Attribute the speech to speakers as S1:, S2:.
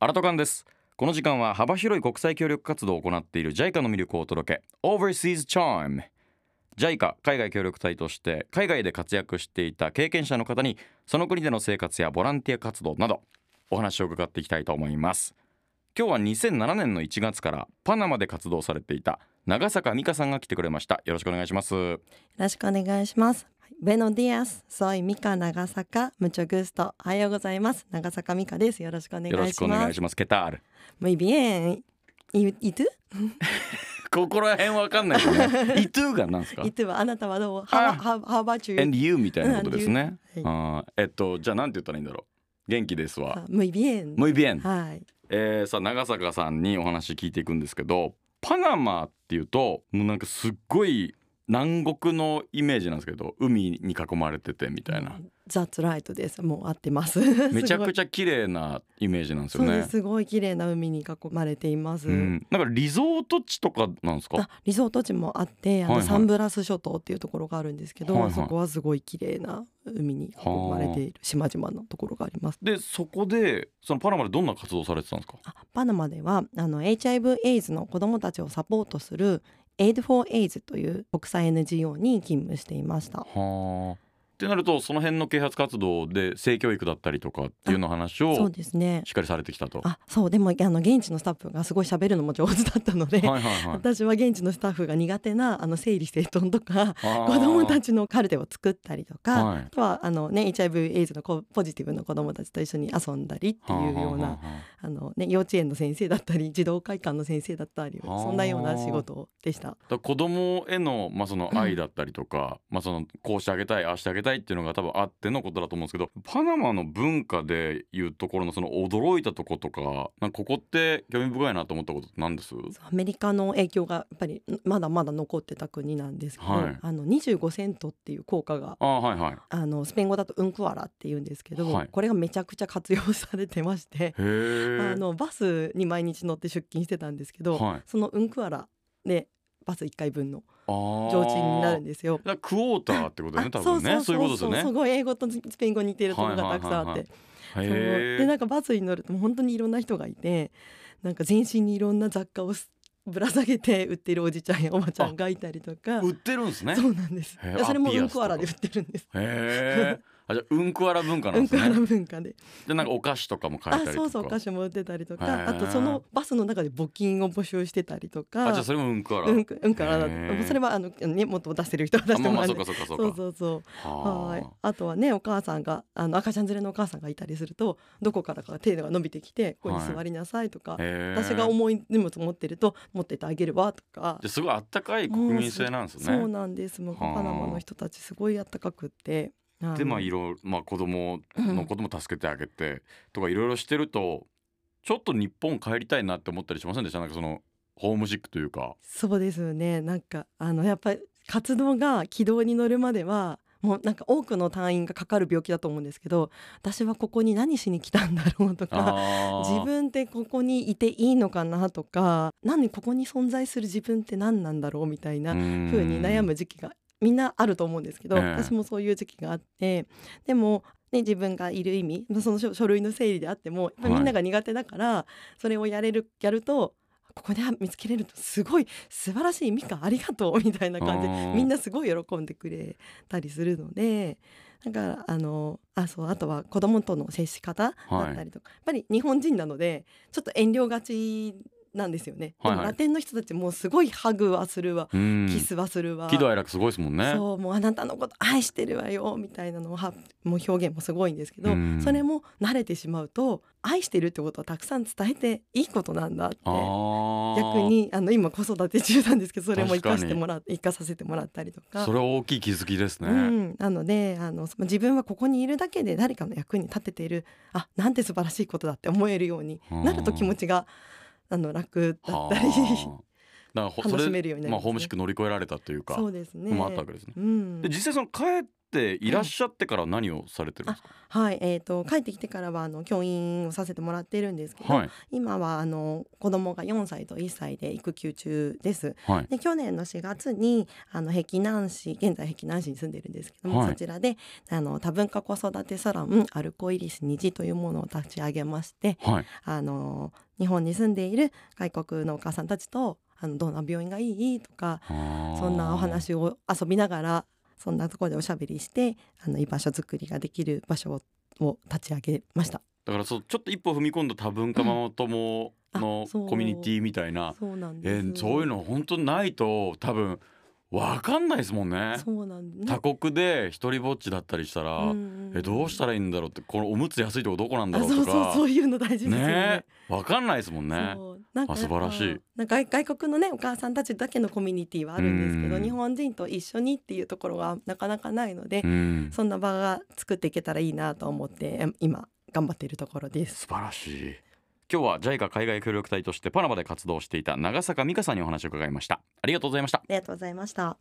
S1: アラトカンですこの時間は幅広い国際協力活動を行っている JICA の魅力をお届け Overseas Charm JICA 海外協力隊として海外で活躍していた経験者の方にその国での生活やボランティア活動などお話を伺っていきたいと思います今日は2007年の1月からパナマで活動されていた長坂美香さんが来てくれましたよろしくお願いします
S2: よろしくお願いします。Buenos días, soy Mika 長坂 mucho gusto。おはようございます。長坂美香です。よろしくお願いし
S1: よろ
S2: ま
S1: し
S2: す。
S1: くお願いしますケタール
S2: Muy bien. ¿Y, y tú?
S1: ここら辺わかんないです ねイトゥーがなんですか
S2: ¿Y tú はあなたはどう
S1: あ
S2: how, how, how about you?
S1: and you みたいなことですね
S2: And you
S1: あーえっとじゃあなんて言ったらいいんだろう元気ですわ
S2: あ Muy bien.
S1: Muy bien
S2: はい。
S1: えー、さあ長坂さんにお話聞いていくんですけどパナマっていうともうなんかすっごい南国のイメージなんですけど海に囲まれててみたいな
S2: That's right です。もう合ってます。
S1: めちゃく
S2: ち
S1: ちゃ綺麗なイメージなんです
S2: そ
S1: よ
S2: うです。
S1: ね。
S2: すごい綺麗な海に囲まれています。
S1: うん、なんかリゾート地とかなんですか
S2: あリゾート地もあってあの、
S1: はいはい
S2: サンブラス諸島っていうところがあるんですけど、
S1: はいはい
S2: そこはすごい綺麗な海に囲まれている島々のところがあります。
S1: でそこでそのパナマでどんな活動されてたんですか
S2: あパナマではあの HIV エイズの子どもたちをサポートする Aid for AIDS という国際 NGO に勤務していました
S1: はあ。ってなるとその辺の啓発活動で性教育だったりとかっていうの話
S2: そ
S1: を
S2: うですね
S1: しっかりされてきたと。は
S2: あそうでもあの現地のスタッフがすごい喋るのも上手だったので、
S1: いはいはい。
S2: 私は現地のスタッフが苦手なあの整理整頓とか子
S1: 子
S2: どもたちのカルテを作ったりとか、
S1: はい
S2: あとはあの、ね、HIV エイズのこうポジティブの子どもたちと一緒に遊んだりっていうようなあの、ね、幼稚園の先生だったり児童会館の先生だったり
S1: はあ
S2: そんなような仕事でした。
S1: だから子供へのまあその
S2: うん
S1: 愛だったりとか、まあそのこうしてあげたいああしてあげたいっていうのが多分あってのことだと思うんですけどパナマの文化でいうところのその驚いたとことかなんかここって興味深いなと思ったことって何です
S2: アメリカの影響がやっぱりまだまだ残ってた国なんですけど、
S1: はい
S2: あの25セントっていう効果が
S1: ああはいはい。へ
S2: あのスペイン語だとウンクアラっていうんですけど、
S1: はい
S2: これがめちゃくちゃ活用されてましてあ
S1: え。
S2: のバスに毎日乗って出勤してたんですけど、
S1: はい
S2: そのウンクアラでバス1回分の
S1: 上
S2: 上賃になるんですよ。
S1: だからクォーターってことね多分ねそういうことですよね。
S2: すごい英語とスペイン語似てるところがたくさんあっ
S1: はいはいはいは
S2: て
S1: い
S2: その
S1: へ
S2: で
S1: え。
S2: なんかバスに乗るともう本当にいろんな人がいてなんか全身にいろんな雑貨をすぶら下げて売ってるおじちゃんやおばちゃんがいたりとか、
S1: 売ってるんですね。
S2: そうなんです
S1: へえ
S2: いやそれも
S1: あ
S2: う
S1: ピ
S2: ん
S1: アスと
S2: こ
S1: か
S2: わらで売ってるんです
S1: へえ。あじゃあうんこわら文化な
S2: うんん
S1: です
S2: こわら
S1: ね。
S2: 文化で
S1: でなんかお菓子とかも買え
S2: あ
S1: たりとか。
S2: そうそうお菓子も売ってたりと
S1: へえ
S2: かあとそのバスの中で募金を募集してたりとか
S1: あじゃあそれもうんこわら。
S2: うんこうんこわらだ
S1: へえ
S2: それはあの、ね、もっと出してる人は出
S1: あ
S2: して
S1: まあま
S2: もら
S1: あ
S2: う
S1: そう
S2: んで
S1: かそうかそうか。
S2: そうそうそう
S1: は
S2: はい
S1: あ。、
S2: あとはねお母さんがあの赤ちゃん連れのお母さんがいたりするとどこからか手が伸びてきてここに座りなさいとか、
S1: へえ
S2: 私が重い荷物持ってると持ってってあげるわとか
S1: じゃあすごいあったかい国民性なんです
S2: そう
S1: ね。
S2: なんですもう
S1: はあ
S2: パナマの人たちすごいあったかくって。はい
S1: でまあいろいろまあ子供
S2: うん
S1: のことも助けてあげてとかいろいろしてるとちょっと日本帰りたいなって思ったりしませんでしたなんかそのホームシックというか。
S2: そうですよねなんかあのやっぱり活動が軌道に乗るまではもうなんか多くの隊員がかかる病気だと思うんですけど私はここに何しに来たんだろうとか
S1: あー
S2: 自分ってここにいていいのかなとか何ここに存在する自分って何なんだろうみたいな
S1: うん
S2: 風に悩む時期がみんなあると思うんですけど、
S1: ええ
S2: 私もそういう時期があってでも、ね、自分がいる意味その書書類の整理であってもやっぱりみんなが苦手だから、それをやれるやるとここで見つけれるとすごい素晴らしいミカありがとうみたいな感じで
S1: あー
S2: みんなすごい喜んでくれたりするので。だからあのあそうあとは子供との接し方だったりとか、やっぱり日本人なのでちょっと遠慮がちなんですよね、
S1: はいはい
S2: でもラテンの人たちもすごいハグはするわ
S1: うん
S2: キスはするわ。
S1: 喜怒哀楽すごいですもんね。
S2: そうもうあなたのこと愛してるわよみたいなのはもう表現もすごいんですけ
S1: う
S2: ど、
S1: ん
S2: それも慣れてしまうと愛してるってことをたくさん伝えていいことなんだって
S1: あー
S2: 逆にあの今子育て中なんですけどそれも生
S1: 確かに
S2: かしてもら生かさせてもらったりとか
S1: それは大きい気づきですね。
S2: うん、なのであの自分はここにいるだけで誰かの役に立てているあなんて素晴らしいことだって思えるようになると気持ちがあの楽だったり
S1: はーだからほそ
S2: 楽
S1: れ
S2: しめるようになり
S1: ま
S2: ますね
S1: あホームシック乗り越えられたというか
S2: そうですね。
S1: のもあったわけですね。
S2: うん
S1: で実際その帰っっていらっしゃってから何をされてるんですか、
S2: はい、えー、と帰ってきてからはあの教員をさせてもらってるんですけど、
S1: はい
S2: 今はあの子供が4歳と1歳で育休中です。
S1: はい
S2: で去年の4月にあの碧南市現在碧南市に住んでるんですけども、
S1: はい
S2: そちらであの多文化子育てサロンアルコイリス虹というものを立ち上げまして
S1: はい
S2: あの日本に住んでいる外国のお母さんたちとあのどんな病院がいいとかそんなお話を遊びながらそんなところでおしゃべりしてあの居場所作りができる場所をを立ち上げました。
S1: だからそうちょっと一歩踏み込んだ多文化ママ友
S2: うん
S1: の
S2: あそう
S1: コミュニティみたいな、
S2: そうなん
S1: え
S2: です、
S1: ーそういうの本当ないと多分わかんないですもんね
S2: そうなんです、
S1: 他国で一人ぼっちだったりしたら、えどうした
S2: ら
S1: らいいんだろうってこのおむつ安いとこどこなんだろう
S2: あそ
S1: と
S2: うそうそ
S1: か
S2: ういうの大事ですよね。
S1: ねわかんないですもんね
S2: そうなんか
S1: あ素晴らしい
S2: やっぱなんか外外国のねお母さんたちだけのコミュニティはあるんですけ
S1: う
S2: ど
S1: ん
S2: 日本人と一緒にっていうところはなかなかないので、
S1: うん
S2: そんな場が作っていけたらいいなと思ってえ今頑張っているところで
S1: 素
S2: す。
S1: 晴らしい今日は JICA 海外協力隊としてパナマで活動していた長坂美香さんにお話を伺いましたありがとうございました
S2: ありがとうございました。